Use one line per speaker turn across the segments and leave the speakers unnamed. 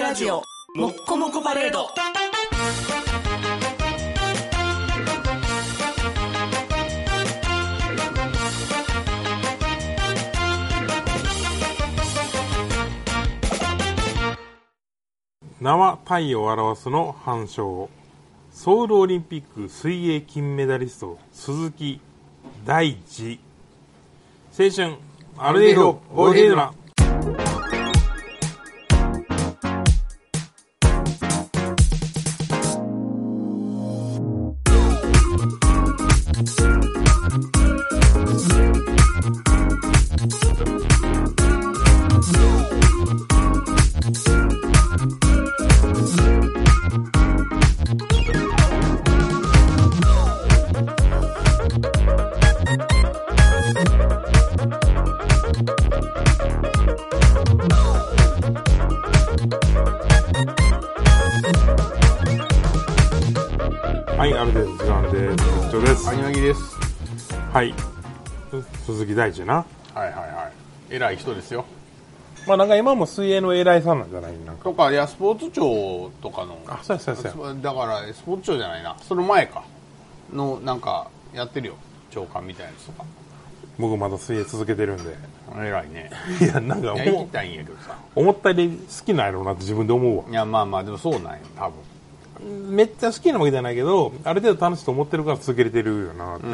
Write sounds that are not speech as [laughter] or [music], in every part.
ラジオもっこもこパレード
名はパイを表すの反称ソウルオリンピック水泳金メダリスト鈴木大地青春アルデヒドボディドラはいある程度時間です以上です
アニマギです
はい鈴木大地な
はいはいはい偉い人ですよ
まあなんか今も水泳の偉いさんなんじゃないなんか
とかいやスポーツ庁とかの
あそうやそうやそうや
スだからスポーツ庁じゃないなその前かのなんかやってるよ長官みたいなやつとか
僕まだ水泳続けてるんで
偉
[laughs]
いね
いやなんか
い
思
や行
う
きたいんやけどさ
思ったより好きなんやろうなって自分で思うわ
いやまあまあでもそうなんよ多分
めっちゃ好きなわけじゃないけどある程度楽しいと思ってるから続けれてるよなって、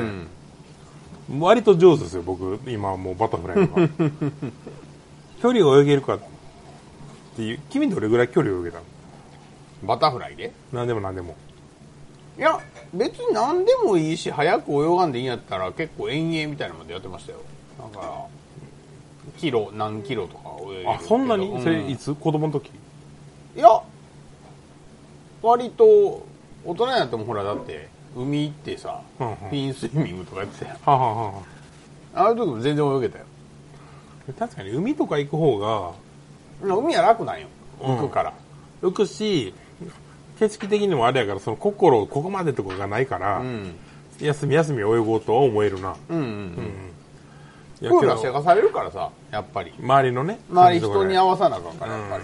割と上手ですよ僕今はもうバタフライ [laughs] とか距離を泳げるかっていう君どれぐらい距離を泳げたの
バタフライで
何でも何でも
いや別に何でもいいし早く泳がんでいいんやったら結構遠泳みたいなのまでやってましたよだからキロ何キロとか泳いでるけど
あそんなに、
う
それいつ子供の時
いや割と大人になってもほらだって海行ってさ、
うんうん
フィンスイミングとかやってたやん
はあはあはあ
あの時も全然泳げたよ
確かに海とか行く方が
海は楽なんよ
うん
行くから、
浮くし景色的にもあれやからその心をここまでとかがないから、
うん、
休み休み泳ごうとは思えるな、
うんうんうん
い
プ
や
ール
け
は
ど
せかされるからさやっぱり
周りのね
周り人に合
わ
わさなあかんからやっぱり、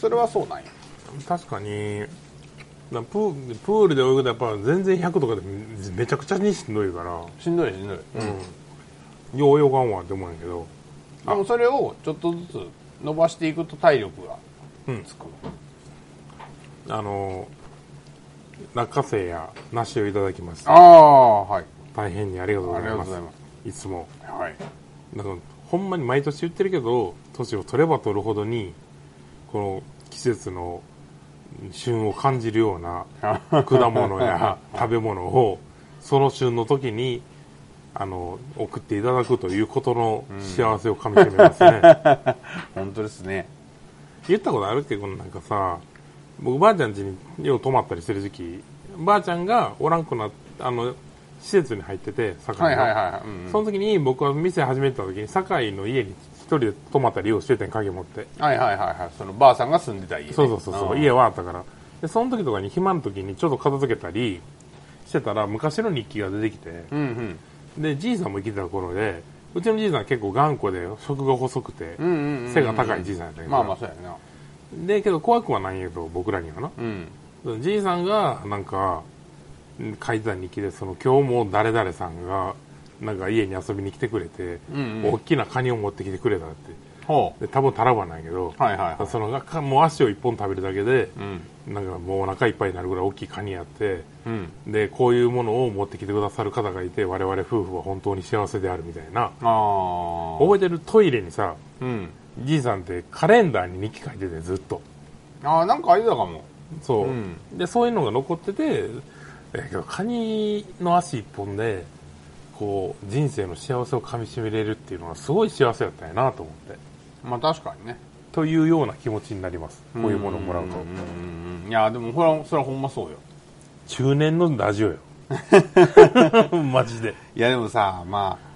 それはそうなんよ
確かになプープールで泳ぐとやっぱ全然100とかでめめちゃくちゃにしんどいから
しんどいしんどい、で
よう泳がんわって思うんやけど
もそれをちょっとずつ伸ばしていくと体力がつく、
あの落花生や梨をいただきまし
あ
た
あはい
大変にありがとうござい
ありが
ま
とう
す
ございます
いつも
はい
なんかほんまに毎年言ってるけど年を取れば取るほどにこの季節の旬を感じるよう
[laughs]
な果物や食べ物をその旬の時にあの送っていただくということの幸せをかみしめますね、 [laughs]
本当ですね
言ったことあるっけどなんかさ僕ばあちゃん家によう泊まったりしてる時期ばあちゃんがおらんくなっあの施設に入ってて堺の、
はいはいはい、うんうん
その時に僕は店始めた時に堺の家に一人で泊まったりようしててん影持って
はいはいはいはいそのばあさんが住んでた家ね、
そうそうそうそう、
ん
家はあったからでその時とかに暇の時にちょっと片付けたりしてたら昔の日記が出てきて
うん
でじいさんも生きてた頃でうちのじいさん結構頑固で食が細くて、
うんうんうんうん
背が高いじいさんやった
う
けど、
んまあまあそうやな
でけど怖くはないんやけど僕らにはな
うん
じいさんがなんかうん書いてた日記でその今日も誰々さんがなんか家に遊びに来てくれて、
うん
大きなカニを持ってきてくれたって
ほ
で多分タラバなんやけど、
はいはいはい
そのかもう足を一本食べるだけで、
ん
なんかもうお腹いっぱいになるぐらい大きいカニやって、
うん
でこういうものを持ってきてくださる方がいて我々夫婦は本当に幸せであるみたいな
ああ
覚えてるトイレにさ
うん
じいさんってカレンダーに日記書いててずっと。
ああなんかあれだかも
そう、
うん
でそういうのが残っててえけどカニの足一本でこう人生の幸せをかみしめれるっていうのはすごい幸せだったんやなと思って
まあ確かにね
というような気持ちになりますこういうものをもらうと
うんうんうんいやでもほらそれはほんまそうよ
中年のラ
[laughs]
ジオよマジで
いやでもさまあ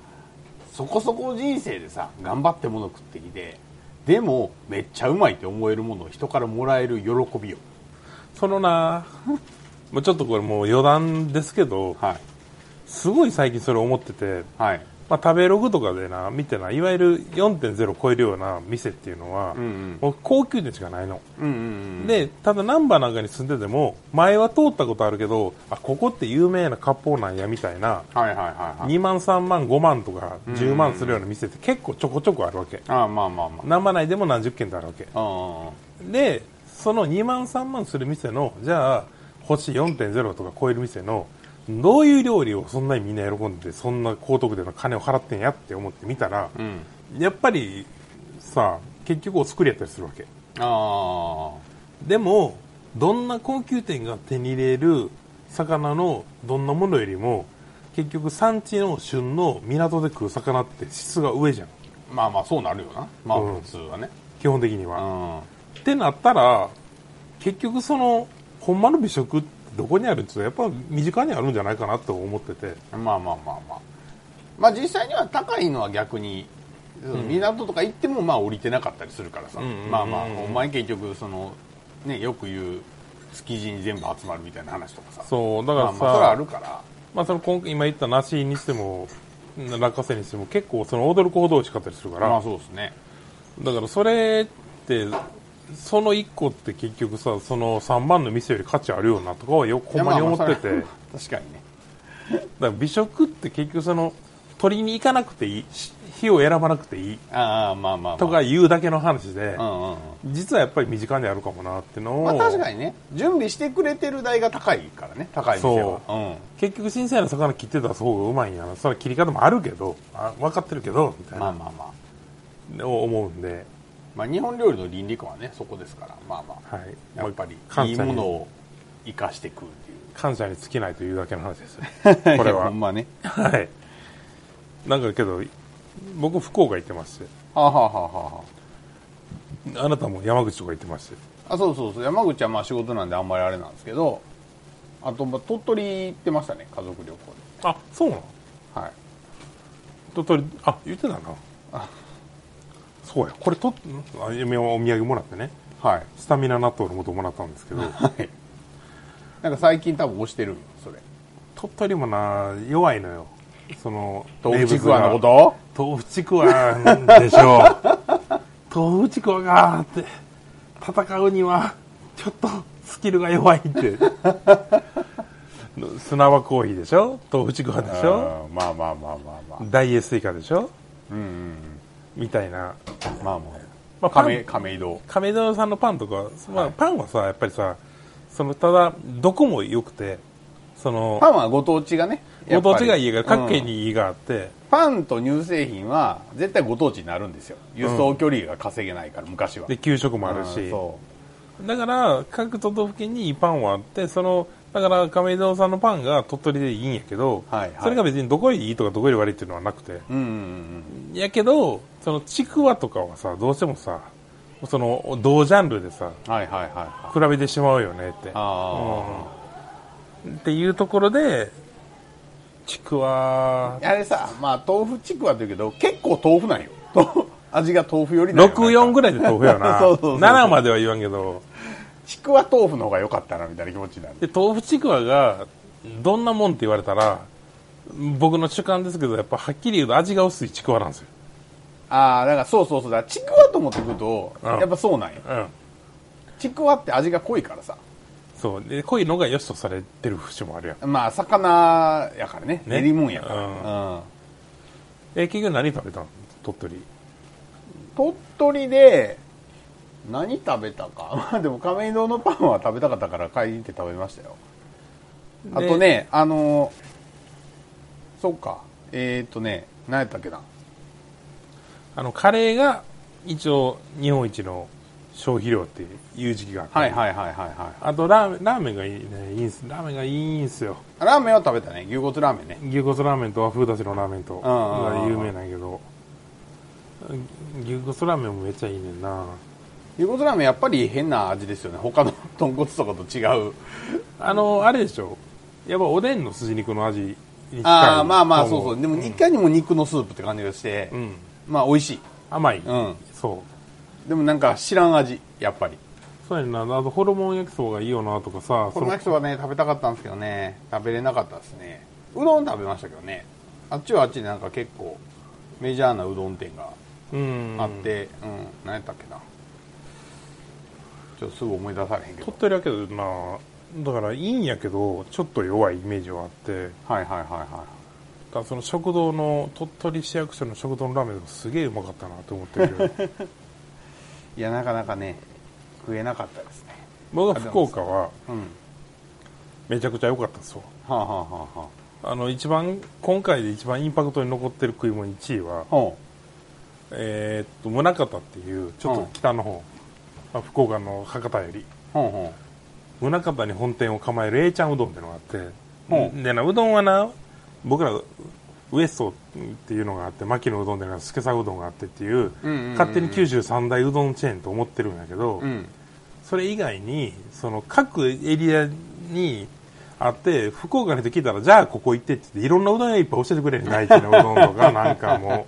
そこそこ人生でさ頑張って物食ってきてでもめっちゃうまいって思えるものを人からもらえる喜びよ
そのなもうちょっとこれもう余談ですけど
はい
すごい最近それ思ってて
はい
まあ、食べログとかでな、見てな、いわゆる4.0超えるような店っていうのは、
うんうん
もう高級店しかないの。
うんうんうん
で、ただ難波なんかに住んでても、前は通ったことあるけど、あ、ここって有名な割烹なんやみたいな、
はいはいはいはい
2万、3万、5万とか
ん
10万するような店って結構ちょこちょこあるわけ。
ああまあまあま
難波内でも何十軒ってあるわけ。
あああ
で、その2万、3万する店の、じゃあ、星4.0とか超える店の、どういう料理をそんなにみんな喜んで、そんな高得点の金を払ってんやって思って見たら、
うん
やっぱりさ、結局お作りやったりするわけ。
あ
でも、どんな高級店が手に入れる魚のどんなものよりも、結局産地の旬の港で食う魚って質が上じゃん。
あまあまあそうなるよなまあ
うん
普通はね
基本的に
う
は。
ん
ってなったら、結局その、ほんまの美食ってどこにあるんですかやっぱ身近にあるんじゃないかなと思ってて。
まあまあまあまあまあ実際には高いのは逆にその港とか行ってもまあ降りてなかったりするからさ、
んうんうんうん
まあまあお前結局そのねよく言う築地に全部集まるみたいな話とかさ
そう、だか
まあ
ら
まあ
さ、
それはあるから
まあその今今言った梨にしても、落花生にしても結構その驚くほど美味しかったりするから、
まあそうですね
だからそれって、その1個って結局さ、その3番の店より価値あるよなとかはよほんまに思ってて、
いやまあ
だか
まあそれは確かにね
ら美食って結局その、取りに行かなくていい、し火を選ばなくていい
ああまあまあ、まあ、
とか言うだけの話で
う、んうんうん
実はやっぱり身近にあるかもなってのを、
まあ確かにね準備してくれてる代が高いからね高い店は、
そう結局新鮮な魚切って出す方がうまいんやな。それは切り方もあるけど、あ分かってるけど、みた
ん、
い
まあ
な、
まあまあ
思うんで、
まあ日本料理の倫理観はねそこですからまあまあ
はい。
やっぱり
まあ感
いい
謝に
ものを生かして食うって [laughs] いう
感謝に尽きないというだけの話です。
[laughs] こ
こ
れ
れ
は
は
ほんまね
はい。なんかけど、僕福岡行ってまして、
はあ、はあはあは
あなたも山口とか行ってまして、
あ、あそうそうそう山口はまあ仕事なんであんまりあれなんですけどあとまあ鳥取行ってましたね家族旅行
あ、そうなの
ではい
鳥取、あ、言ってたな。そうや、これと、あ嫁はお土産もらってね、
はい
スタミナ納豆のこともらったんですけど、
はいなんか最近多分押してるんよそれ
鳥取もな、弱いのよ。その、
豆腐ちくわのこ
名物が
と
豆腐ちくわでしょ
[laughs]
う。豆腐ちくわがーって、戦うには、ちょっとスキルが弱い
[laughs]
って。砂場コーヒーでしょ豆腐ちくわでしょ
うんまあまあまあまあまあ
ダイエースイカでしょ
うんうん
みたいな。
うんまあま
ま
あ
あパン
亀亀戸
亀戸さんのパンとか、まあ、パンはさ、やっぱりさ、その、ただ、どこも良くて、その
パ、ンはご当地がねや
ご
っぱ
当
り
地がいいが、各県
うん
にいいがあって、
パンと乳製品は絶対ご当地になるんですよ輸送距離が稼げないから昔は
で、給食もある
うん
し、
そ
だから、各都道府県にいいパンはあって、その、だから亀戸さんのパンが鳥取でいいんやけど、
はいはい
それが別にどこよりいいとかどこより悪いっていうのはなくて。
ううんうんうん
やけど、そのちくわとかはさ、どうしてもさ、その、同ジャンルでさ、
はいはいはいは
比
い
べてしまうよねって。
あ
うんっていうところで、ちく
[laughs]
わ、
あれさまあ豆腐ちくわって言うけど結構豆腐なんよ [laughs] と味が豆腐よりだよ
64ぐらいで豆腐よな。
[laughs] そうそうそう
7までは言わんけど、
ちくわ豆腐の方が良かったなみたいな気持ちになる
で豆腐ちくわがどんなもんって言われたら僕の主観ですけどやっぱはっきり言うと味が薄いちくわなんですよ、
ああだからそうそうそうだからちくわと思ってくると
うん
やっぱそうなんよ
うん、
ちくわって味が濃いからさ
そうで濃いのが良しとされてる節もあるやん
まあ魚やからね
ね
練りもんやから、
う
うん
え結局何食べたの鳥取
鳥取で何食べたか [laughs] まあでも亀戸のパンは食べたかったから買いに行って食べましたよあ
で
とねあのそっかえー、っとね何やったっけな
あのカレーが一応日本一の消費量っていう時期があって、
はいはいはいはいは
あとラーメンラーメンがいい,、ね、いいんすラーメンがいいんすよ
いラーメンは食べたね牛骨ラーメンね
牛骨ラーメンと和風だしのラーメンと
うん
が有名なんやけど牛骨ラーメンもめっちゃいいねんな
牛骨ラーメンやっぱり変な味ですよね他の [laughs] 豚骨とかと違う
あの、あれでしょ。やっぱおでんの筋肉の味に近い。
ああまあまあそうそうで
も、
もいかにも肉のスープって感じがして、
うん。
まあ美味しい
甘い。
うん
そう。
でもなんか知らん味やっぱり
そうやんな。あと、ホルモン焼きそばがいいよなとかさ。
この焼きそばね食べたかったんですけどね食べれなかったですねうどん食べましたけどねあっちはあっちでなんか結構メジャーなうどん店が
うん
あって、うん、何やったっけな。ちょっとすぐ思い出されへんけど
鳥。取やけどなだからいいんやけどちょっと弱いイメージはあってだ
はいはいはいは
からその食堂の鳥取市役所の食堂のラーメンもすげえうまかったなと思ってるけ
[laughs]
ど
い。いや、なかなかね、食えなかったですね。
僕は福岡は
うん。
めちゃくちゃ良かったですわ
はあ、はあはあは
あの一番今回で一番インパクトに残ってる食い物1位は
あ、ほ
えーっと宗像っていうちょっと北の方、まあ福岡の博多より
うほうほ
宗像に本店を構える A ちゃんうどんってのがあって、
ほう
でなうどんはな僕らウエストっていうのがあって牧野うどんでな助さうどんがあってっていう,、
うんうんうんうん
勝手に九州三大うどんチェーンと思ってるんやけど、
う。うん。
それ以外にその各エリアにあって福岡の人聞いたらじゃあここ行ってって言っていろんなうどん屋いっぱい教えてくれる大地のうどんとかなんかも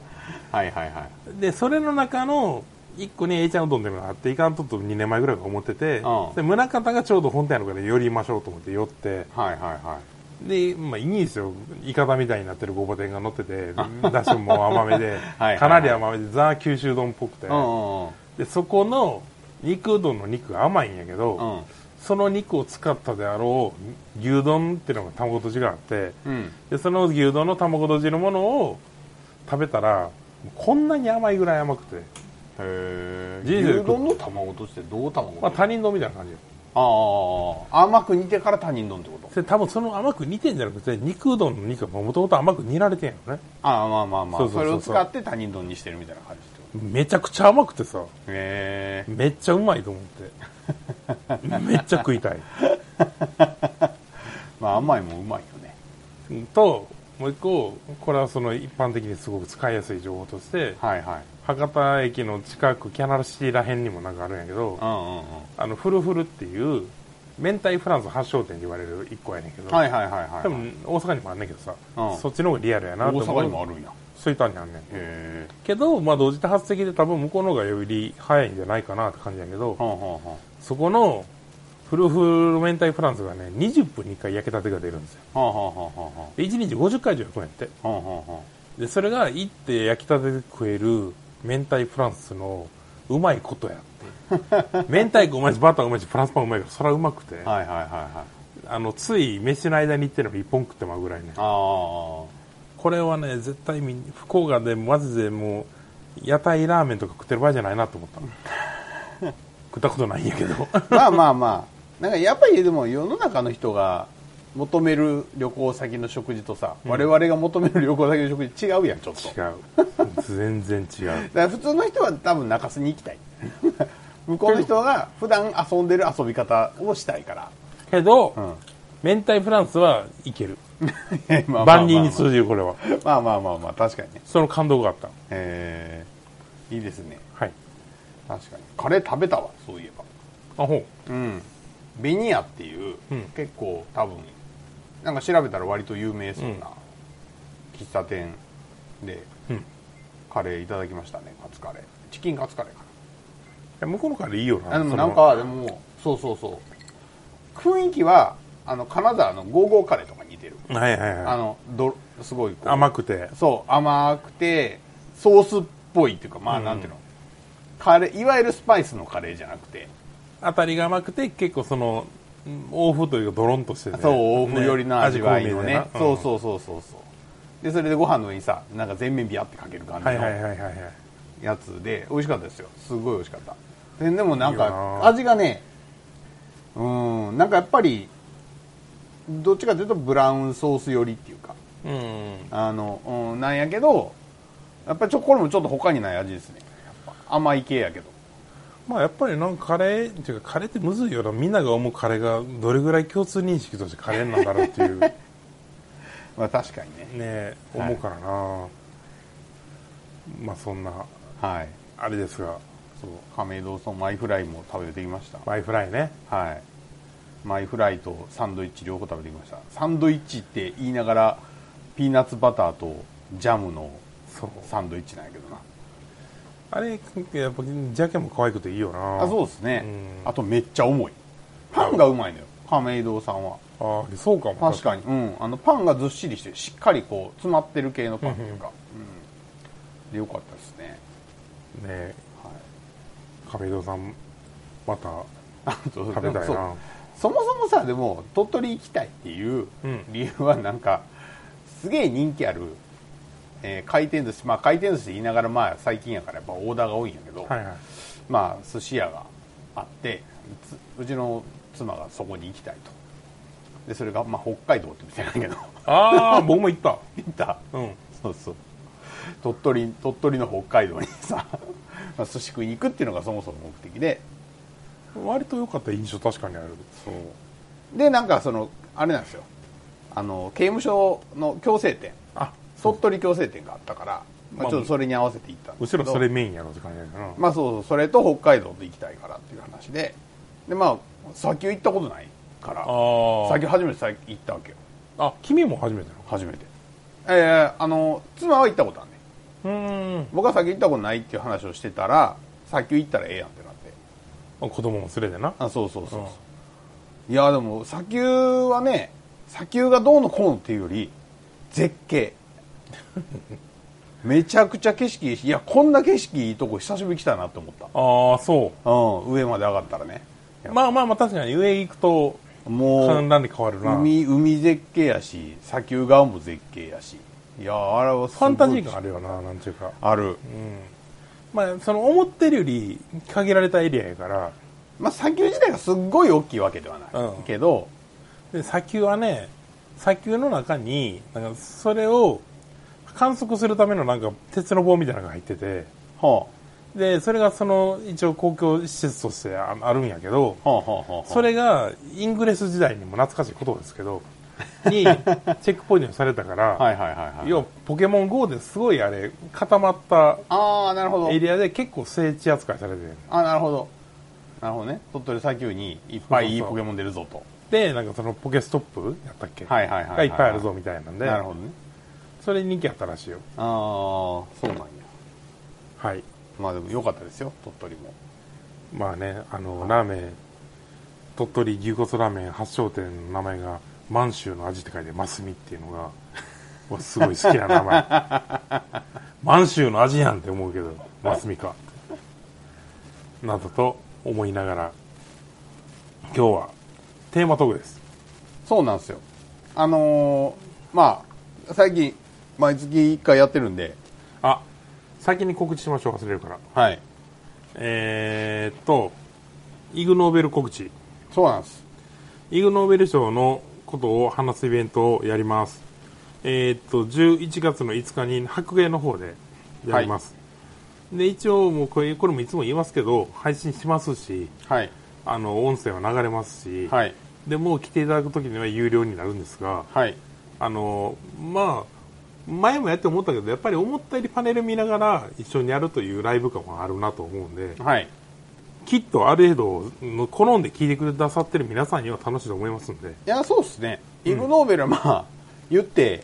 はいはいはい。
うでそれの中の一個に A ちゃんうどんっていうのがあっていかんとと2年前ぐらいから思ってて、
うん
で宗像がちょうど本店あるから寄りましょうと思って寄って
はいはいは
で、まあ、いいんですよ。イカダみたいになってるごぼ天が乗ってて、だしも甘めで
[laughs] はいはい、
かなり甘めで、ザ・九州丼っぽくて
い。、うんうん
で、そこの肉うどんの肉が甘いんやけ
う
ど、
ん。
その肉を使ったであろう牛丼っていうのが卵とじがあって、
うん。
で、その牛丼の卵とじのものを食べたら、こんなに甘いぐらい甘くて、
へ
人生で食う
牛丼の卵としてどう卵
まあ、他人丼みたいな感じよ。
ああ、甘く煮てから他人丼ってこと
で、多分その甘く煮てんじゃなくて、肉うどんの肉がもともと甘く煮られてんやろね。
ああ、まあまあまあ。
そそう
そう
そうそう
れを使って他人丼にしてるみたいな感じってこ
めちゃくちゃ甘くてさ、
とへえ。
めっちゃうまいと思
[laughs]
って。めっちゃ食いたい。
まあ甘いもんうまいよね。
と、もう一個、これはその一般的にすごく使いやすい情報として、
はいはい。
博多駅の近く、キャナルシティら辺にもなんかあるんやけど
う、んうんうん。
あの、フルフルっていう、明太フランス発祥店って言われる一個やねんけど、
はいはいはいはい。
多分大阪にもあんねんけどさ、
うん
そっちの方がリアルやな
大
と思う。
阪にもあるんや。
そういったんにあんねん。
へえ。
けど、まあ同時多発的で多分向こうの方がより早いんじゃないかなって感じやけど、
はんはんはん。
そこのフルフル明太フランスがね、20分に1回焼きたてが出るんですよ。
はんはんはんはんはん。
で1日50回以上焼くんやって。
はんはんはん。
で、それが行って焼きたてで食える明太フランスのうまいことやっ
[laughs]
て。明太子うまいし、バターうまいし、フランスパンうまいから、そらうまくて、
はいはいはいはい。
あの、つい飯の間に行ってれば一本食ってまうぐらいね。
ああ。
これはね、絶対みん、福岡でマジでもう、屋台ラーメンとか食ってる場合じゃないなと思ったの。 [laughs] 食ったことないんやけど。
まあまあまあ。 [laughs] なんかやっぱりでも世の中の人が求める旅行先の食事とさ、我々が求める旅行先の食事違うやん、ちょっと。
違う。全然違う。
だから普通の人は多分中洲に行きたい [laughs] 向こうの人が普段遊んでる遊び方をしたいから、
[laughs] けど、
うん
明太フランスはいける。
まあまあまあまあ
万人に通じる、これは。
まあまあまあまあ確かにね
その感動があった。
えー、いいですね
はい。
確かにカレー食べたわそういえば
あ、ほ
うんベニヤっていう、
うん
結構多分なんか調べたら割と有名そうな喫茶店で
う。うん。い
カレーいただきましたねカツカレーチキンカツカレーか
や向こうのカレーいいよな。
なあでも
そ
な
の
ん、かでもそうそうそう雰囲気はあの金沢のゴーゴーカレーとかに似てる
はいはい
あ
は
のどすごいこ
い。
う
甘くて。
そう甘くてソースっぽいっていうかまあ、
うん
なんていうのカレーいわゆるスパイスのカレーじゃなくて、
当たりが甘くて、結構その、うん欧風というかドロンとしてて、
そうお風寄りの味わいのねそう
う。
そうそうそうそうでそれでご飯の上にさなんか全面ビャってかける感じ
はいはいはい
の
はいはい。
やつで美味しかったですよすごい美味しかったででもなん
いいよ
か
な
味がねうんなんかやっぱりどっちかというとブラウンソース寄りっていうか
うん。
あの、うん、なんやけど、やっぱりチョコレートもちょっと他にない味ですね。やっぱ甘い系やけど。
まあやっぱりなんかカレーっていうかカレーってむずいよなみんなが思うカレーがどれぐらい共通認識としてカレーなんだろうっていう
[laughs]
ね
まあ確かにね。
え
はい
思うからな、まあそんな
はい。
あれですが
そう、亀戸さんマイフライも食べてきました。
マイフライね
はい。マイフライとサンドイッチ両方食べてきました。サンドイッチって言いながら、ピーナッツバターとジャムの
そう
サンドイッチなんやけどな。
あれやっぱジャケも可愛くていいよな
あ、そうですね
う。ん
あとめっちゃ重い。パンがうまいのよ。亀戸さんは
ああ、そうかも。
確かに、うん、あのパンがずっしりしてしっかりこう詰まってる系のパンというか、うん、でよかったですね、
に。ね
はい、
亀戸さん、また
あと
食べたい
そう
な。
そもそもさでも鳥取行きたいっていう
うん
理由はなんかすげえ人気ある、えー回転寿司まあ回転寿司言いながらまあ最近やからやっぱオーダーが多いんやけど、
はいはい。
まあ寿司屋があってつうちの妻がそこに行きたいとでそれがまあ北海道って店なんやけど
ああ、僕も行った。
行った
うん。
そうそう鳥取鳥取の北海道にさ [laughs] まあ寿司食いに行くっていうのがそもそも目的で
割と良かった印象確かにある。
そうでなんかそのあれなんですよあの刑務所の強制店
あ、
鳥取強制店があったから、
ま
まあ、
あ
ちょっとそれに合わせて行ったんです
後
けど
ろそれメインやろって感じだよな。
まあそうそうそれと北海道と行きたいからっていう話ででまあ砂丘行ったことないから
あ
砂丘初めて行ったわけよ
あ。あ、君も初めてなの
初めてえー、あの妻は行ったことあるねん
うーん。
僕は砂丘行ったことないっていう話をしてたら砂丘行ったらええやんってなって
子供も連れてな。
あそうそうそうそう、
うん
いやでも砂丘はね砂丘がどうのこうのっていうより絶
[laughs]
景めちゃくちゃ景色いいしいやこんな景色いいとこ久しぶりに来たなって思った、
ああ、そ
うん、上まで上がったらね
う。まあまあまあ確かに上行くと、
も
観
う
覧で変わるな。
海海絶景やし砂丘側も絶景やしいやあれはす
フ
ごい
ァンタジー感あるよな、なんちゅうか。
ある、
うん。まあ、その思ってるより限られたエリアやから、
まあ、砂丘自体がすっごい大きいわけではない、
うん
けど
で砂丘はね砂丘の中になんかそれを観測するためのなんか鉄の棒みたいなのが入ってて
は
でそれがその一応公共施設としてああるんやけど
あはあはあはあ
それがイングレス時代にも懐かしいことですけ
[laughs]
どにチェックポイントにされたから、
はいはいはいはい
要はポケモン GO ですごいあれ固まった
ああなるほど
エリアで結構聖地扱いされてる
あなるほどなるほどね鳥取砂丘にいっぱいいい
そうそう
ポケモン出るぞと
でなんかそのポケストップやったっけ、
はいはいはいはい
がいっぱいあるぞみたいなんで
なるほどね
それ人気あったらしいよ
ああそうなんや
はい
まあでも良かったですよ鳥取も
まあね、あの、ラーメン、鳥取牛骨ラーメン発祥店の名前が、満州の味って書いて、ますみっていうのが、わすごい好きな名前。満州の味やんって思うけど、ますみか。などと思いながら、今日はテーマトークです。
そうなんですよあのーまあ最近毎月1回やってるんで
あ、先に告知しましょう、忘れるから。
はい
えーっと、イグノーベル告知。
そうなんです
イグ・ノーベル賞のことを話すイベントをやります。えーっと、11月の5日に白芸の方でやります。で、一応もうこれ、これもいつも言いますけど、配信しますし、
はい
あの、音声は流れますし、
はい
で、もう来ていただくときには有料になるんですが、
はい
あの、まあ、前もやって思ったけど、やっぱり思ったよりパネル見ながら一緒にやるというライブ感はあるなと思うんで、
はい
きっとある程度の、好んで聞いてくださってる皆さんには楽しいと思いますんで、
いやそうっすねイグ・ノーベルはまあ言って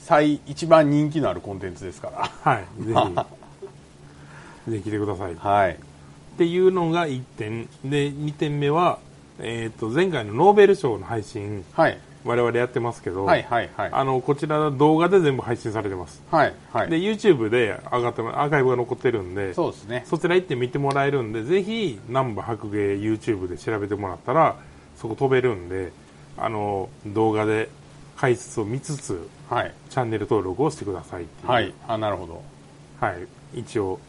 最一番人気のあるコンテンツですか
はい、ぜひ、ぜひ来てください。っ
らはい
ていうのが1点。で、2点目は、えっ、と、前回のノーベル賞の配信、
はい
我々やってますけど、
はいはいはい
あの、こちらの動画で全部配信されてます。
はいはい
で、YouTube で上がっても、アーカイブが残ってるんで、
そうですね
そちら行って見てもらえるんで、ぜひ、南部白芸 YouTube で調べてもらったら、そこ飛べるんで、あの、動画で解説を見つつ、
はい
チャンネル登録をしてくださいっていう。
はいあなるほど
はい、一応、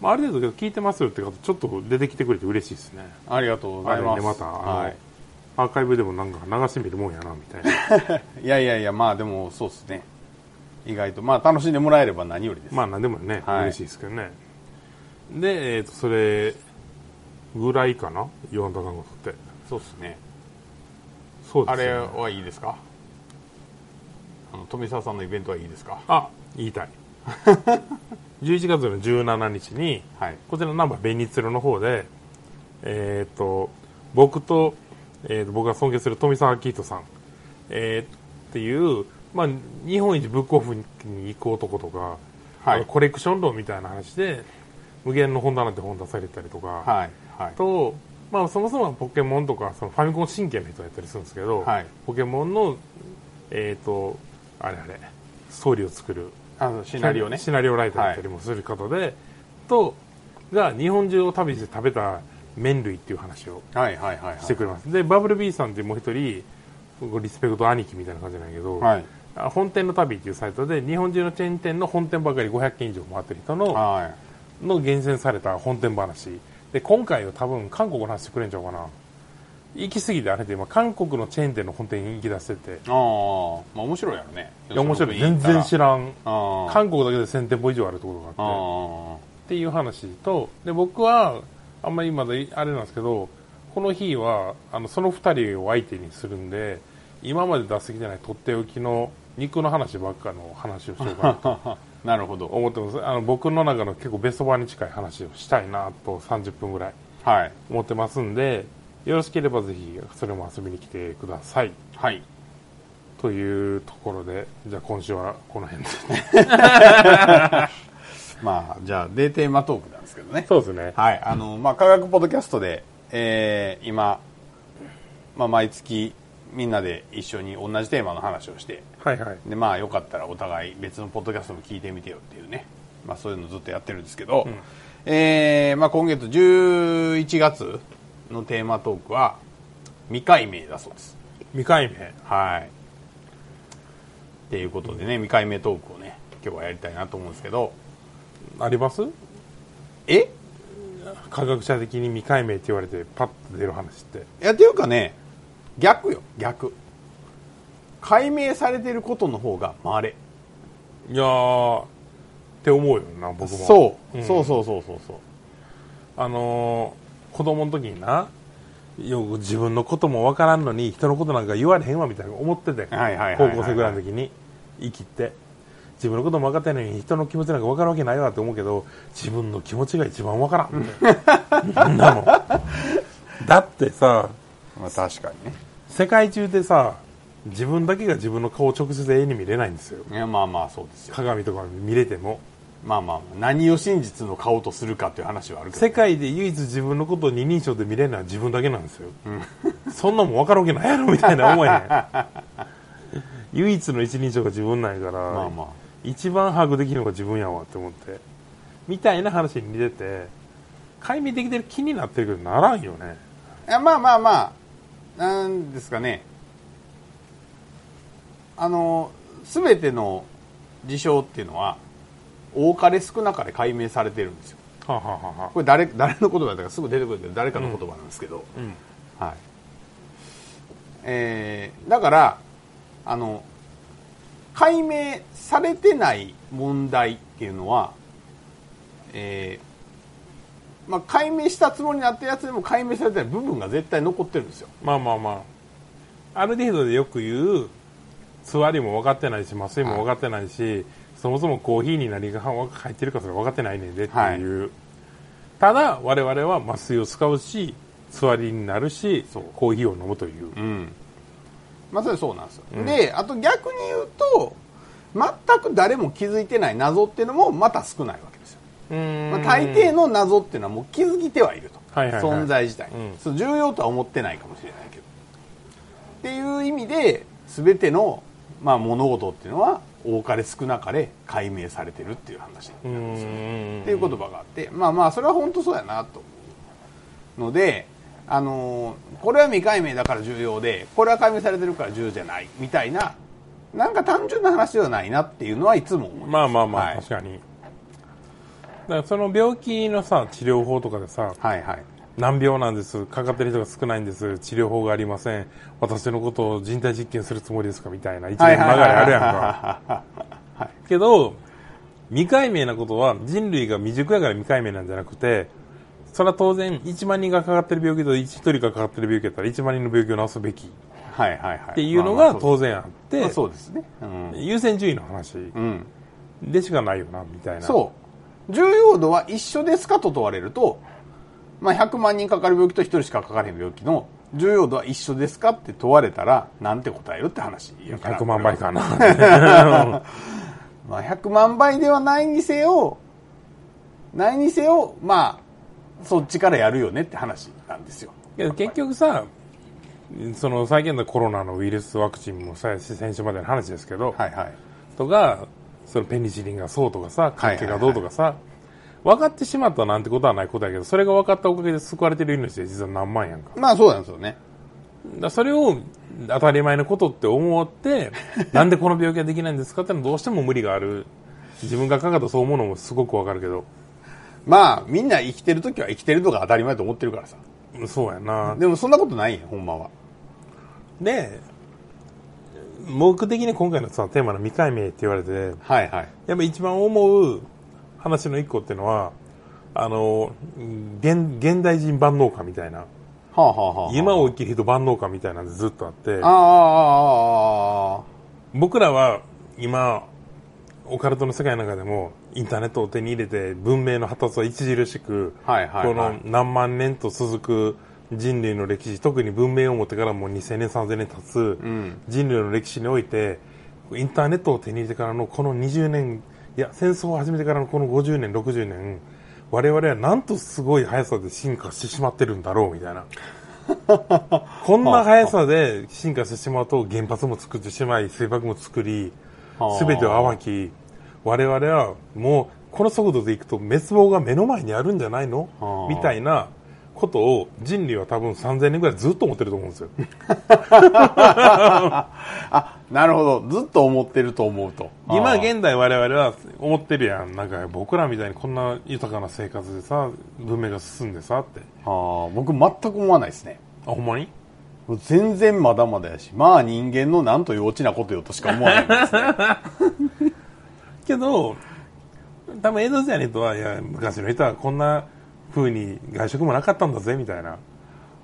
まあ、ある程度聞いてますよって方、ちょっと出てきてくれて嬉しいですね。
ありがとうございます
あれねまた、あの
はい、
アーカイブでもなんか流してみるもんやな、みたいな。
[laughs] いやいやいやまあでもそうですね意外とまあ楽しんでもらえれば何よりです、
まあ、なんでもね、
はい
嬉しいですけどね。で、えっ、と、それぐらいかな、ヨンダ看護って。
そうですね
そうで
あ
す
れ
よ、ね。
はいいですかあの富澤さんのイベントはいいですか
あ、言いたい。11月の17日に、
はい
こちら、ナンバーベニツルの方で、えーっと、僕と、えーっと僕が尊敬する富澤キートさん、えーっていう、まあ、日本一ブックオフに行く男とか、
はい
あのコレクション論みたいな話で、無限の本棚って本出されたりとか、
はいはい
と、まあ、そもそもポケモンとかそのファミコン神経の人がやったりするんですけど、
はい
ポケモンの、えっとあれあれストーリーを作る
あのシナリオね
シナリオライターだったりもする方で、とじゃあ日本中を旅して食べた麺類っていう話を
はいはいはいはい
してくれます、でバブルビーさんってもう一人リスペクト兄貴みたいな感じなんやけど、
はい
あ本店の旅っていうサイトで日本中のチェーン店の本店ばかり500件以上回ってる人の
は
の厳選された本店話で今回は多分韓国の話してくれんちゃうかな行き過ぎてあれで今韓国のチェーン店の本店に行き出してて
いああまあ面白いやろね
いや面白い全然知
ら
ら
ん
ん
あー
韓国だけで1000店舗以上あるってことがあって
あ
っ
ー
ていう話とで僕はあんまりまだあれなんですけどこの日はあのその2人を相手にするんで今まで出してきてないとっておきの肉の話ばっかの話をしようかなと
なるほど
思ってますあの僕の中の結構ベスト版に近い話をしたいなと30分ぐらい
はい
思ってますんでよろしければぜひそれも遊びに来てください
はい
というところでじゃあ今週はこの辺で
まあじゃあデーテーマトークなんですけどね
そうですね
はい、あの、まあ、科学ポッドキャストで、えー今、まあ、毎月みんなで一緒に同じテーマの話をして、
はいはい
で、まあ、よかったらお互い別のポッドキャストも聞いてみてよっていうね、まあ、そういうのずっとやってるんですけど、えーまあ、今月11月のテーマトークは、未解明だそうです。
未解明
はい。っていうことでね、未解明トークをね、今日はやりたいなと思うんですけど、
あります
え
科学者的に未解明って言われてパッと出る話って
いやっていうかね逆よ逆解明されてることの方がまれ
いやーって思うよな僕も
そう、
ん
そうそうそうそうそう
あのー子供の時になよく自分のこともわからんのに人のことなんか言われへんわみたいな思ってて
はいはいはいはい
高校生ぐらいの時に生きて自分のことも分かってないのに人の気持ちなんか分かるわけないわって思うけど自分の気持ちが一番分からんみたいなそん
[laughs]
なのだってさ
まあ確かにね
世界中でさ自分だけが自分の顔を直接絵に見れないんですよ
いやまあまあそうですよ
鏡とか見れても
まあまあ何を真実の顔とするかっていう話はあるけど
世界で唯一自分のことを二人称で見れるのは自分だけなんですよ、そんなもん分かるわけないやろみたいな思え [laughs] へん唯一の一人称が自分なんやから、
まあま
一番把握できるのが自分やわって思ってみたいな話に似てて解明できてる気になってるけどならんよね
あいやまあまあまあなんですかねあの全ての事象っていうのは多かれ少なかれ解明されてるんですよ
はあ、はあはあは
これ誰誰の言葉だからすぐ出てくるけど誰かの言葉なんですけど、
あうん、
はいえーだからあの解明されてない問題っていうのは、えーまあ、解明したつもりになったやつでも解明されてない部分が絶対残ってるんですよ
まあまあまあある程度でよく言うつわりも分かってないし麻酔も分かってないし、そもそもコーヒーに何が入ってるかそれ分かってないねんでっていう、ただ我々は麻酔を使うしつわりになるしコーヒーを飲むという、
うんまあそれはそうなんですよ、であと逆に言うと全く誰も気づいてない謎っていうのもまた少ないわけですよまあ、大抵の謎っていうのはもう気づいてはいると、
はいはいはい
存在自体、
うん
そう重要とは思ってないかもしれないけどっていう意味で全ての、まあ、物事っていうのは多かれ少なかれ解明されてるっていう話、
う
っ
ん
ていう言葉があってまあまあそれは本当そうやなと思うので、あのーこれは未解明だから重要でこれは解明されてるから重要じゃないみたいななんか単純な話ではないなっていうのはいつも思い
まあ
ます
まあまあ、
はい
確かにだからその病気のさ治療法とかでさ
はいはい
難病なんですかかってる人が少ないんです治療法がありません私のことを人体実験するつもりですかみたいな一連の流れあるやんかけど、未解明なことは人類が未熟やから未解明なんじゃなくて、それは当然1万人がかかってる病気と1人がかかってる病気やったら1万人の病気を治すべきっ
はいはいはい。って
いうのが当然あって、
まあそうですね。うん。
優先順位の話
うん。
でしかないよな、みたいな。
そう。重要度は一緒ですかと問われると、まあ、100万人かかる病気と1人しかかかれへん病気の重要度は一緒ですかって問われたら、なんて答えるって話やから。
100万倍か
[laughs]
な。
まあ、100万倍ではないにせよ、ないにせよ、まあ、そっちからやるよねって話なんですよ。
けど結局さ、その最近のコロナのウイルスワクチンもさ、先週までの話ですけど、
はいはい。
とか、そのペニシリンがそうとかさ、関係がどうとかさ、分かってしまったなんてことはないことだけど、それが分かったおかげで救われてる命って実は何万やんか。だか
まあそうなんですよね。
らそれを当たり前のことって思
[laughs]
って、なんでこの病気ができないんですかってのはどうしても無理がある。自分がかかったそう思うのもすごくわかるけど、
まあみんな生きてる時は生きてるのが当たり前と思ってるからさ。
そうやな。
でもそんなことないんや、ほんまは。
で、僕的に今回のさ、テーマの未解明って言われて、
はいはい。
やっぱ一番思う話の一個っていうのは、あの、現現代人万能化みたいな、
はあはあはあはあ。
今を生きる人万能化みたいなんでずっとあって
あ、ああああああああ
僕らは今、オカルトの世界の中でも、インターネットを手に入れて文明の発達は著しく、
はいはいはい
この何万年と続く人類の歴史、特に文明を持ってからもう2000年、3000年経つ、
ん
人類の歴史において、インターネットを手に入れてからのこの20年、いや、戦争を始めてからのこの50年、60年、我々はなんとすごい速さで進化してしまってるんだろう、みたいな。こんな速さで進化してしまうと原発も作ってしまい、水爆も作り、
はあ
すべてを暴き、我々はもうこの速度でいくと滅亡が目の前にあるんじゃないの
はあ
みたいなことを人類は多分3000年ぐらいずっと思ってると思うんですよ。
あなるほどずっと思ってると思うと
今
あー
現代我々は思ってるやん。なんか僕らみたいにこんな豊かな生活でさ、文明が進んでさって。
あー僕全く思わないですね
あ、ほんまに
もう全然まだまだやしまあ人間のなんと幼稚なことよとしか思わ
[laughs]
ないですね
けど、多分江戸時代の人は、いや、昔の人はこんな風に外食もなかったんだぜ、みたいな。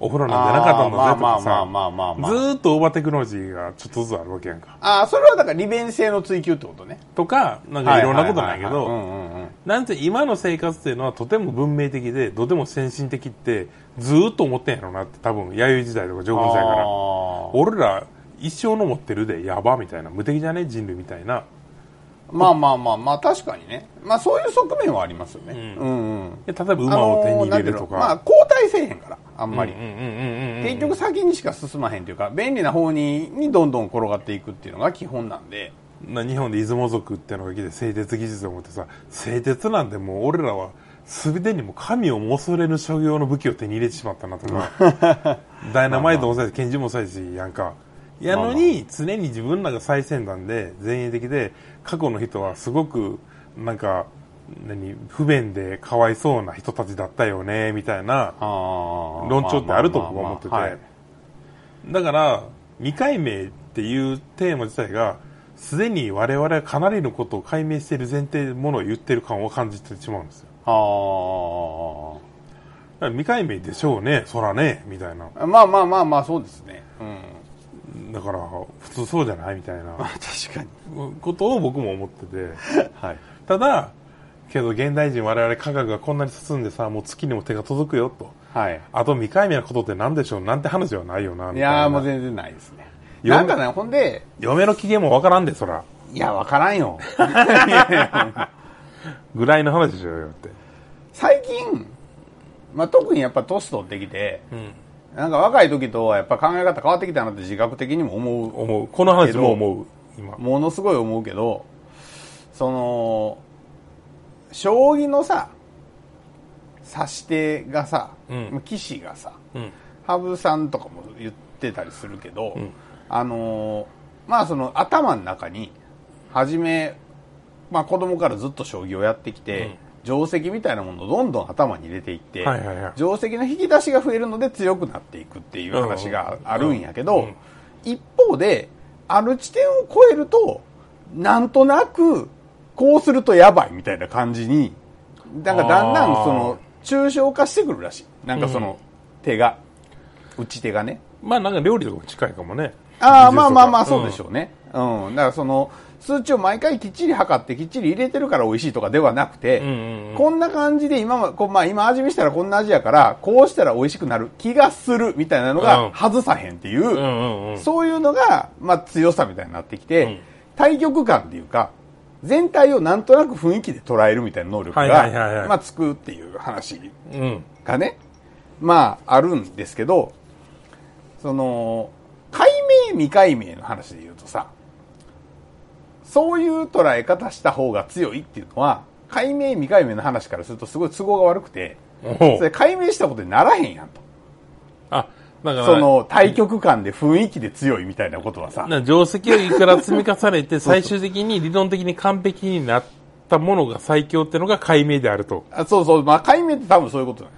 お風呂なんてなかったんだぜ、とか
あーまあまあまあまあまあま
さ。
あ
ずーっとオーバーテクノロジーがちょっとずつあるわけやんか。
ああそれはだから利便性の追求ってことね
とか、なんかいろんなことないけ
ははははう
ど、
んうんうん
なんて今の生活っていうのはとても文明的で、とても先進的って、ずーっと思ってんやろなって、多分、弥生時代とか縄文時代から。
あー
俺ら一生の持ってるでやばみたいな無敵じゃね人類みたいな
まあまあまあまあ確かにねまあそういう側面はありますよね、うん、うん
で例えば馬を手に入れるとか、
あのーなんていうのまあ後退せえへんからあんまり、
うんうんうんうん
結局先にしか進まへんというか便利な方ににどんどん転がっていくっていうのが基本なんで
な日本で出雲族ってのが来て製鉄技術を持ってさ製鉄なんてもう俺らはすでにもう神をも恐れる所業の武器を手に入れてしまったなとかダイナマイトもそうやし拳銃もそうやしやんかやのに常に自分らが最先端で前衛的で過去の人はすごくなんか何不便でかわいそうな人たちだったよねみたいな論
論
調ってあると僕は思ってて、だから未解明っていうテーマ自体がすでに我々はかなりのことを解明している前提のものを言ってる感を感じてしまうんですよ
あ
だから未解明でしょうねそらねみたいな
あまあまあまあまあそうですね
[laughs]
うん
だから普通そうじゃないみたいな
確かに
ことを僕も思ってて
はい
ただけど現代人我々科学がこんなに進んでさもう月にも手が届くよと
はい
あと未解明なことって何でしょうなんて話はないよなみた
い
いな
やーもう全然ないですね
よ
なんかねほんで
嫁の機嫌もわからんでそら
いやわから
[laughs]
んよ
ぐらいの話しようよって。
最近、まあ、特にやっぱ年取ってきて、なんか若い時とはやっぱ考え方変わってきたなって自覚的にも思う
思う。この話も思う。今。
ものすごい思うけどその将棋のさ指し手がさ、
うん
棋士がさ
うん。
羽生さんとかも言ってたりするけど、あのーまあその頭の中に初め、まあ、子供からずっと将棋をやってきて、定石みたいなものをどんどん頭に入れていって、
はいはいはい
定石の引き出しが増えるので強くなっていくっていう話があるんやけど、
うんうん
一方である地点を超えるとなんとなくこうするとやばいみたいな感じになんかだんだんその抽象化してくるらしいなんかその手が、打ち手がね
まあなんか料理とかも近いかもね。
あ
技
あ
術と
まあ
か
まあまあそうでしょうね、うんだからその数値を毎回きっちり測ってきっちり入れてるから美味しいとかではなくて、
んうんうん
こんな感じで今はこう、まあ、今味見したらこんな味やからこうしたら美味しくなる気がするみたいなの
う
が
ん
外さへんっていう、
うん。うんうんうん。
そういうのが、まあ、強さみたいになってきて、
うん
対局感っていうか、全体をなんとなく雰囲気で捉えるみたいな能力が、
はいはいはいはい
まあ、つくっていう話
うん。
がね、まあ、あるんですけど、その、解明未解明の話で言うとさ、そういう捉え方した方が強いっていうのは、解明未解明の話からするとすごい都合が悪くて、
おう
それ解明したことにならへんやんと。
あ、だから、
その、対局間で雰囲気で強いみたいなことはさ、
な定石をいくら積み重ねて、最終的に理論的に完璧になったものが最強ってのが解明であると。
あそうそう、まあ、解明って多分そういうことな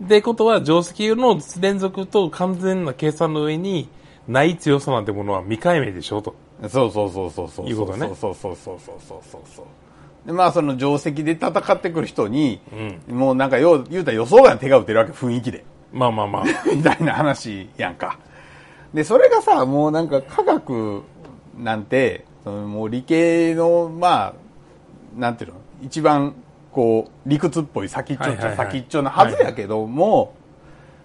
の
でことは、定石の連続と完全な計算の上に、ない強さなんてものは未解明でしょうと。
そうそうそうそうそう。
いうことね
そうそうそうそうそうそうそう。で、まあその定石で戦ってくる人に、もうなんかよう、言うたら予想外の手が打てるわけ、雰囲気で。
まあまあまあ。
[laughs] みたいな話やんか。で、それがさ、もうなんか科学なんて、そのもう理系の、まあ、なんていうの、一番こう、理屈っぽい先っちょっ
はい
ち
はいは
ょ
い
先っちょなはずやけども、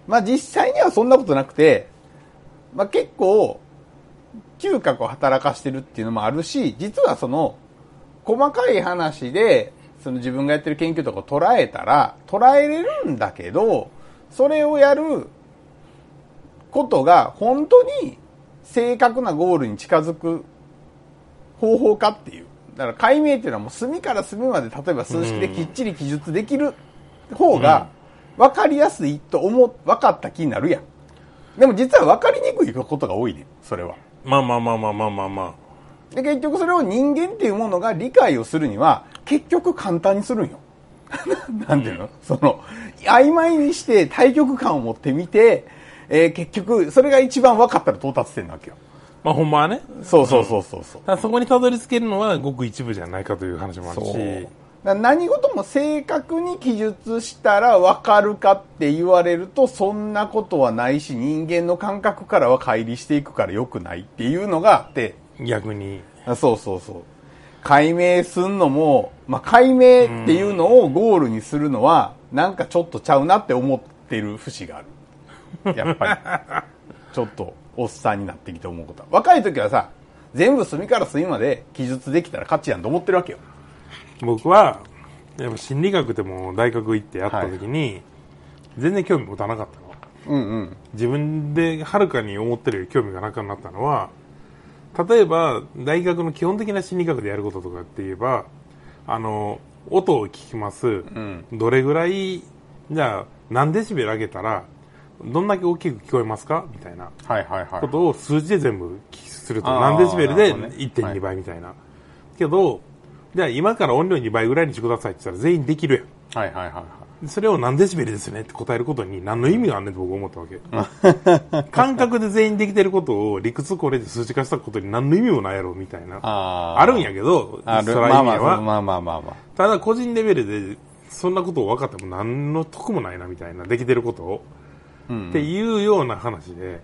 まあ実際にはそんなことなくて、まあ結構、嗅覚を働かしてるっていうのもあるし、実はその、細かい話で、その自分がやってる研究とかを捉えたら、捉えれるんだけど、それをやることが本当に正確なゴールに近づく方法かっていう。だから解明っていうのはもう隅から隅まで例えば数式できっちり記述できる方が分かりやすいと思う、分かった気になるやん。でも実は分かりにくいことが多いねんそれは。
まあまあまあまあまあまあま
で、結局それを人間っていうものが理解をするには、結局簡単にするんよ。 [laughs] なんていうのその、曖昧にして対極感を持ってみて、えー結局、それが一番分かったら到達点なわけよ。
あ。まあほんまはね。
そうそうそうそうそう。
ただそこにたどり着けるのはごく一部じゃないかという話もある
そう
し。
だから何事も正確に記述したら分かるかって言われるとそんなことはないし人間の感覚からは乖離していくから良くないっていうのがあって
逆に。
あそうそうそう解明すんのも、まあ、解明っていうのをゴールにするのはなんかちょっとちゃうなって思ってる節がある [laughs] やっぱりちょっとおっさんになってきて思うことは若い時はさ全部隅から隅まで記述できたら勝ちやんと思ってるわけよ
僕は、やっぱ心理学でも大学行ってやった時に、全然興味持たなかったの。
うんうん
自分ではるかに思ってるより興味がなくなったのは例えば大学の基本的な心理学でやることとかって言えばあの音を聞きます、
ん
どれぐらいじゃあ何デシベル上げたらどんだけ大きく聞こえますかみたいな
はいはいはい
ことを数字で全部記述すると
あー
何デシベルで
なるほどねはい
1.2倍みたいな、けどじゃあ今から音量2倍ぐらいにしてくださいって言ったら全員できるやん
はいはいはいはい。
それを何デシベルですねって答えることに何の意味があんねんと僕思ったわけ。
[laughs]
感覚で全員できてることを理屈これで数値化したことに何の意味もないやろみたいな。
あ
あるんやけど、
あ
実
る。
際
まあ
意
まあ
味は。
まあまあまあま
ただ個人レベルでそんなことを分かっても何の得もないなみたいな、できてることを。っていうような話で、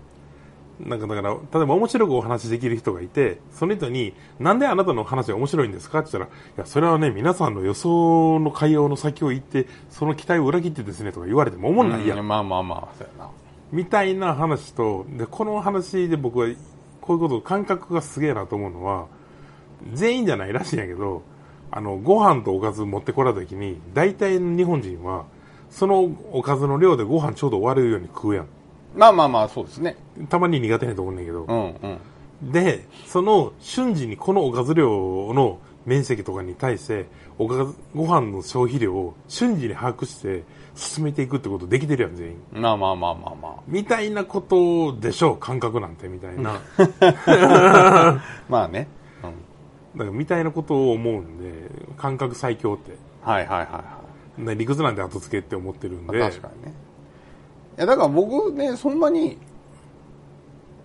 なんかだから、例えば面白くお話しできる人がいて、その人に、なんであなたの話が面白いんですかって言ったら、いや、それはね、皆さんの予想の会話の先を行って、その期待を裏切ってですねとか言われても思ん
あ。
ないやん、
まあまあまあ、そうやな。
みたいな話と、で、この話で僕は、こういうこと、感覚がすげえなと思うのは、全員じゃないらしいんやけど、あの、ご飯とおかず持ってこられた時に、大体の日本人は、そのおかずの量でご飯ちょうど終わるように食うやん。
まあまあまあ、そうですね。
たまに苦手なと思うねんだけど
う、んうん。
で、その瞬時にこのおかず量の面積とかに対して、おかず、ご飯の消費量を瞬時に把握して進めていくってことできてるやん、全員。
まあまあまあまあま
みたいなことでしょう、感覚なんて、みたいな。
あ。まあね。うん。
だからみたいなことを思うんで、感覚最強って。
はいはいはいは
ね理屈なんて後付けって思ってるん
い。
で。
まあ確かにね。いや、だから僕ね、そんなに、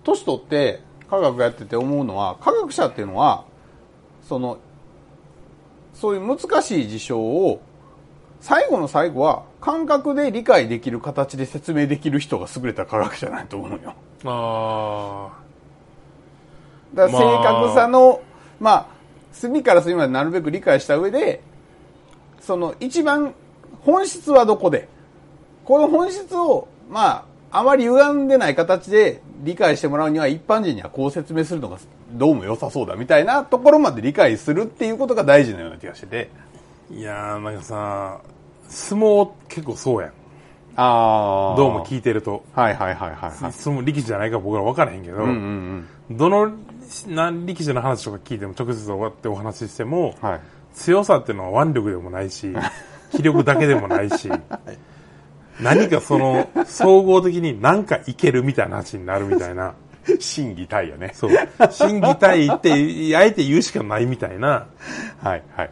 年取って科学やってて思うのは、科学者っていうのは、その、そういう難しい事象を、最後の最後は感覚で理解できる形で説明できる人が優れた科学者ないと思うよ。
あ
だから正確さの、まあ、隅から隅までなるべく理解した上で、その一番本質はどこで、この本質を、まあ、あまり歪んでない形で理解してもらうには一般人にはこう説明するのがどうも良さそうだみたいなところまで理解するっていうことが大事なような気がしてて。
あ。いやー、なんかさ、相撲結構そうやん。
ああ。
どうも聞いてると。
はいはいはいはいはい。
その力士じゃないか僕ら分からへんけど、
うんうんうん。
どの何力士の話とか聞いても直接終わってお話ししても、
はい。
強さっていうのは腕力でもない
[laughs]
し、気力だけでもないし、何かその、総合的に何かいけるみたいな話になるみたいな、
審議体よね。
そう、審議体って、あえて言うしかないみたいな、
はいはい。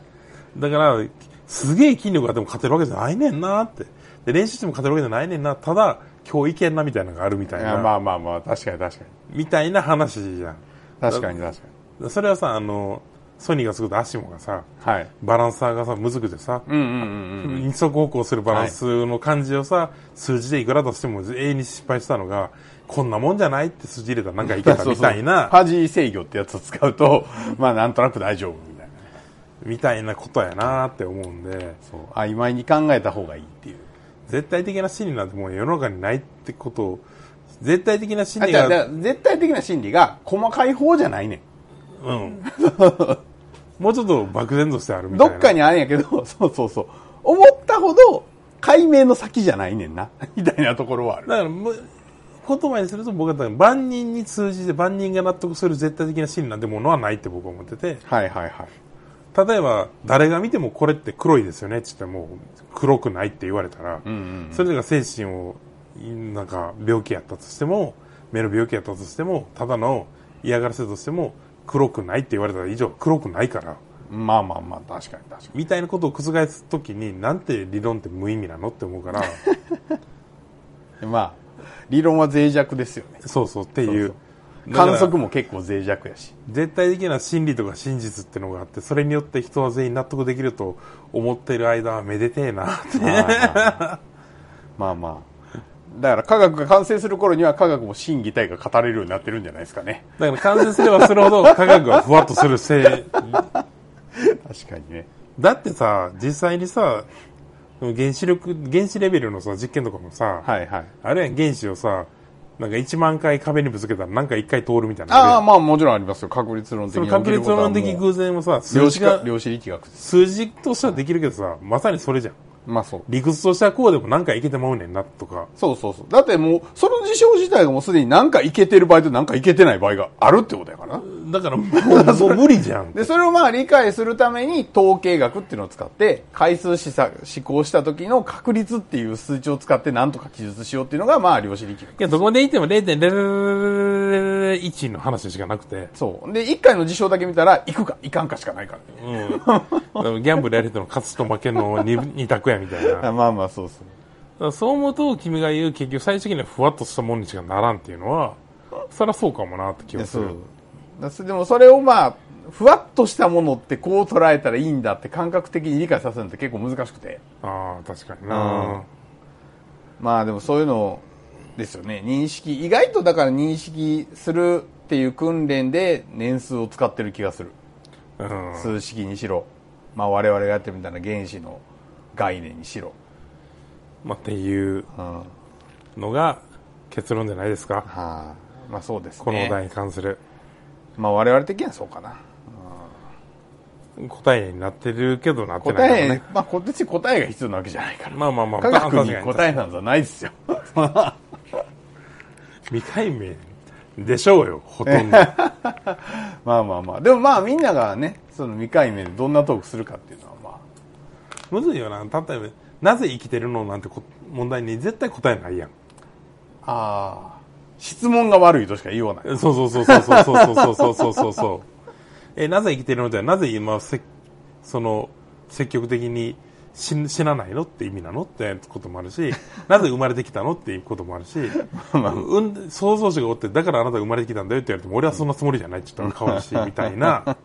だから、すげえ筋力があっても勝てるわけじゃないねんなって。で、練習しても勝てるわけじゃないねんな。ただ、今日いけんなみたいなのがあるみたい
い
な、
やまあまあまあ、確かに確かに。
みたいな話じゃん。
確かに確かに。
それはさ、あの、ソニーが作ったアシモがさ、
はい。
バランサーがさ、むずくてさ、
うんうんうんうん。
二足歩行するバランスの感じをさ、数字でいくらとしても永遠に失敗したのが、こんなもんじゃないって数字入れたらなんかいけたみたいな、
ファジー制御ってやつを使うと、 [laughs] まあなんとなく大丈夫みたいな。
みたいなことやなって思うんで、
そう。曖昧に考えた方がいいっていう。
絶対的な真理なんてもう世の中にないってことを、絶対的な真
あ
理
じゃ
が、
あだから絶対的な心理が細かい方じゃないね
うん。もうちょっと漠然としてある
ん。
みた
ど
いな。
っかにあるんやけど、 [laughs] そうそうそう。思ったほど解明の先じゃないねんな。 [laughs] みたいなところはある。
だからむ、言葉にすると僕は多分万人に通じて万人が納得する絶対的な真理なんてものはないって僕は思ってて、
はいはいはい。
例えば誰が見てもこれって黒いですよねって言っても黒くないって言われたら、
うんうん。
それが精神をなんか病気やったとしても目の病気やったとしてもただの嫌がらせとしても黒くないって言われたら以上黒くないから
まあまあまあ、確かに確か
みたいなことを覆すときになんて理論って無意味なのって思うから
[laughs] に。まあ、理論は脆弱ですよね。
そうそうっていう
そう観
だか
測
ら
も結構脆弱やし。
絶対的な真理とか真実ってのがあってそれによって人は全員納得できると思ってる間はめでてえなって
[laughs] まあまあ。だから科学が完成する頃には科学も真擬体が語れるようになってるんじゃないですかね。
だから完成すればするほど科学がふわっとするせい。
確かにね。
だって
[laughs]
さ、実際にさ、原子力、原子レベルのさ、実験とかもさ、
はいはい。
あれやん原子をさ、なんか1万回壁にぶつけたらなんか1回通るみたいなのるやん。
ああ、まあもちろんありますよ。確率論的
そ
に
の確率論
起き
的
ることはも
偶
う
然もさ、数
量
字
子か
が、
量子力学です。
数字としてはできるけどさ、まさにそれじゃん。
まあそう。
理屈としてはこうでもなんかいけてまうねんな、とか。
そうそうそう。だってもう、その事象自体がもうすでになんかいけてる場合となんかいけてない場合があるってことやからな。
だ
[laughs]
からもうもう無理じゃん。
で、それをまあ理解するために統計学っていうのを使って、回数試作、試行した時の確率っていう数値を使ってなんとか記述しようっていうのがまあ量子力学。
いや、どこまでいっても0.001の話しかなくて。
そう。で、一回の事象だけ見たら、行くか、行かんかしかないからね。
うん、ギャンブルやる人の勝つと負けの二二択やみたいな。だか
まあまあ、そうそう。
らそう思うと、君が言う結局最終的にはふわっとしたもんにしかならんっていうのは、そりゃそうかもなって気がす
そう
る。。
だそれでも、それをまあ、ふわっとしたものってこう捉えたらいいんだって感覚的に理解させるのって結構難しくて。
ああ、確かにな。
まあでもそういうのですよね。認識、意外とだから認識するっていう訓練で年数を使ってる気がする。
うん。
数式にしろ。まあ我々がやってるみたいな原子の概念にしろ。
まあ、っていう
うん。は
のが結論じゃないですか。
あ。まあそうですね。
このお題に関する
まあ我々的にはそうかな。
答えになってるけどなってないか
答
ら
え、
ね。
まあ、こ別に答えが必要なわけじゃないから。
まあまあまあ、
科学に
まあ
答えなんざないですよ。 [laughs]
未解明でしょうよ、ほとんど。
まあまあまあ。でもまあみんながね、その未解明でどんなトークするかっていうのはま
むずいよな。例えば、なぜ生きてるのなんてこ問題に絶対答えないやん。
あ。ああ。質問が悪いとしか言わない。
そうそうそうそうそうそうそうそうそうそうそう。え、なぜ生きてるのじゃなぜ今、せその、積極的に死死なないのって意味なのってこともあるし、なぜ生まれてきたのっていうこともあるし、うん、創造主がおって、だからあなた生まれてきたんだよって言われても、俺はそんなつもりじゃないって言ったら変わるし、みたいな。だか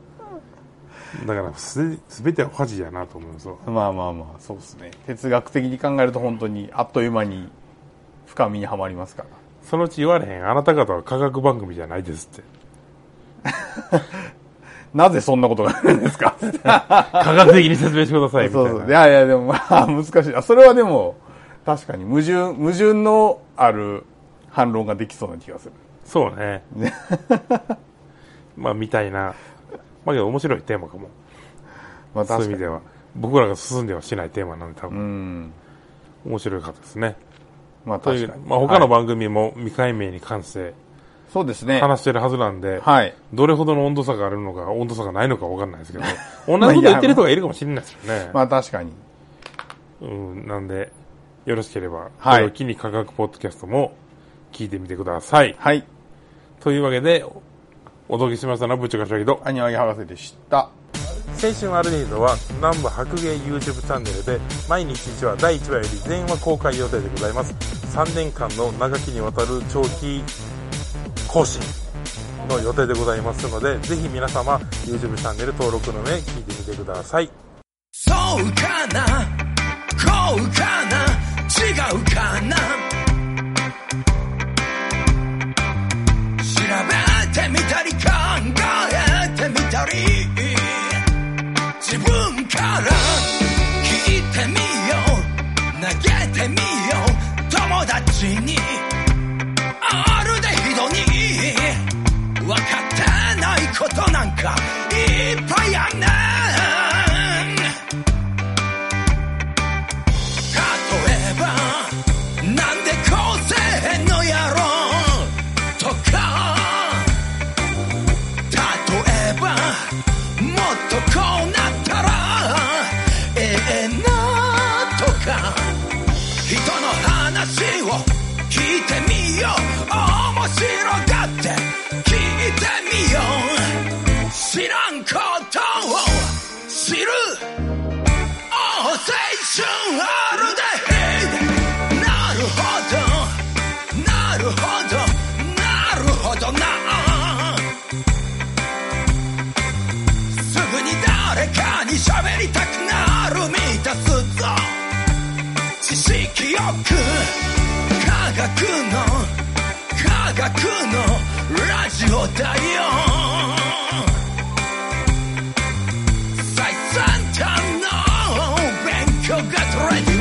らす、すべてはファジーやなと思うんですよ。
まあまあまあ、そうですね。哲学的に考えると本当にあっという間に深みにはまりますから。
そのうち言われへん、あなた方は科学番組じゃないですって。
なぜそんなことがあるんですか
科学的に説明してください、みたい
そ
な。
うそう。いやいや、でもまあ難しい。あそれはでも、確かに矛盾、矛盾のある反論ができそうな気がする。
そうね。 [laughs] まあ、みたいな。まあ、けど面白いテーマかも。
まあ
そういう意
確か
味
に
で。は。僕らが進んではしないテーマなんで、多
う
分、
ん。
面白かったですね。
まあ
とい
確
う
かに。
まあ、他の番組も未解明に関して
はいそうですね。
話してるはずなんで、
はい。
どれほどの温度差があるのか、温度差がないのか分かんないですけど、同じこと言ってる人がいるかもしれないですよね。
まあ確かに。
うん、なんで、よろしければ、
はい
これを機に科学ポッドキャストも聞いてみてください。
はい。
というわけで、おお届けしましたのは部長がしょぎと、
アニワギ博士でした。
青春アルディードは南部白芸 YouTube チャンネルで毎日1話第1話より全話公開予定でございます3年間の長きにわたる長期更新の予定でございますのでぜひ皆様 YouTube チャンネル登録の上聞いてみてください
そうかなこうかな違うかな調べてみたり考えてみたり自分から聞いてみよう投げてみよう友達にあるでひどに分かってないことなんかいっぱいあんねん例えばなんでこうせえへんのやろとか例えばもっとこうなったらええなとか人の話を聞いてみよう面白がって聞いてみよう知らんことを知る青春あるでなるほどなるほどなるほどなすぐに誰かに喋りたくなる満たすぞ知識よく科学の科学のラジオだよ最先端の勉強が取れるよ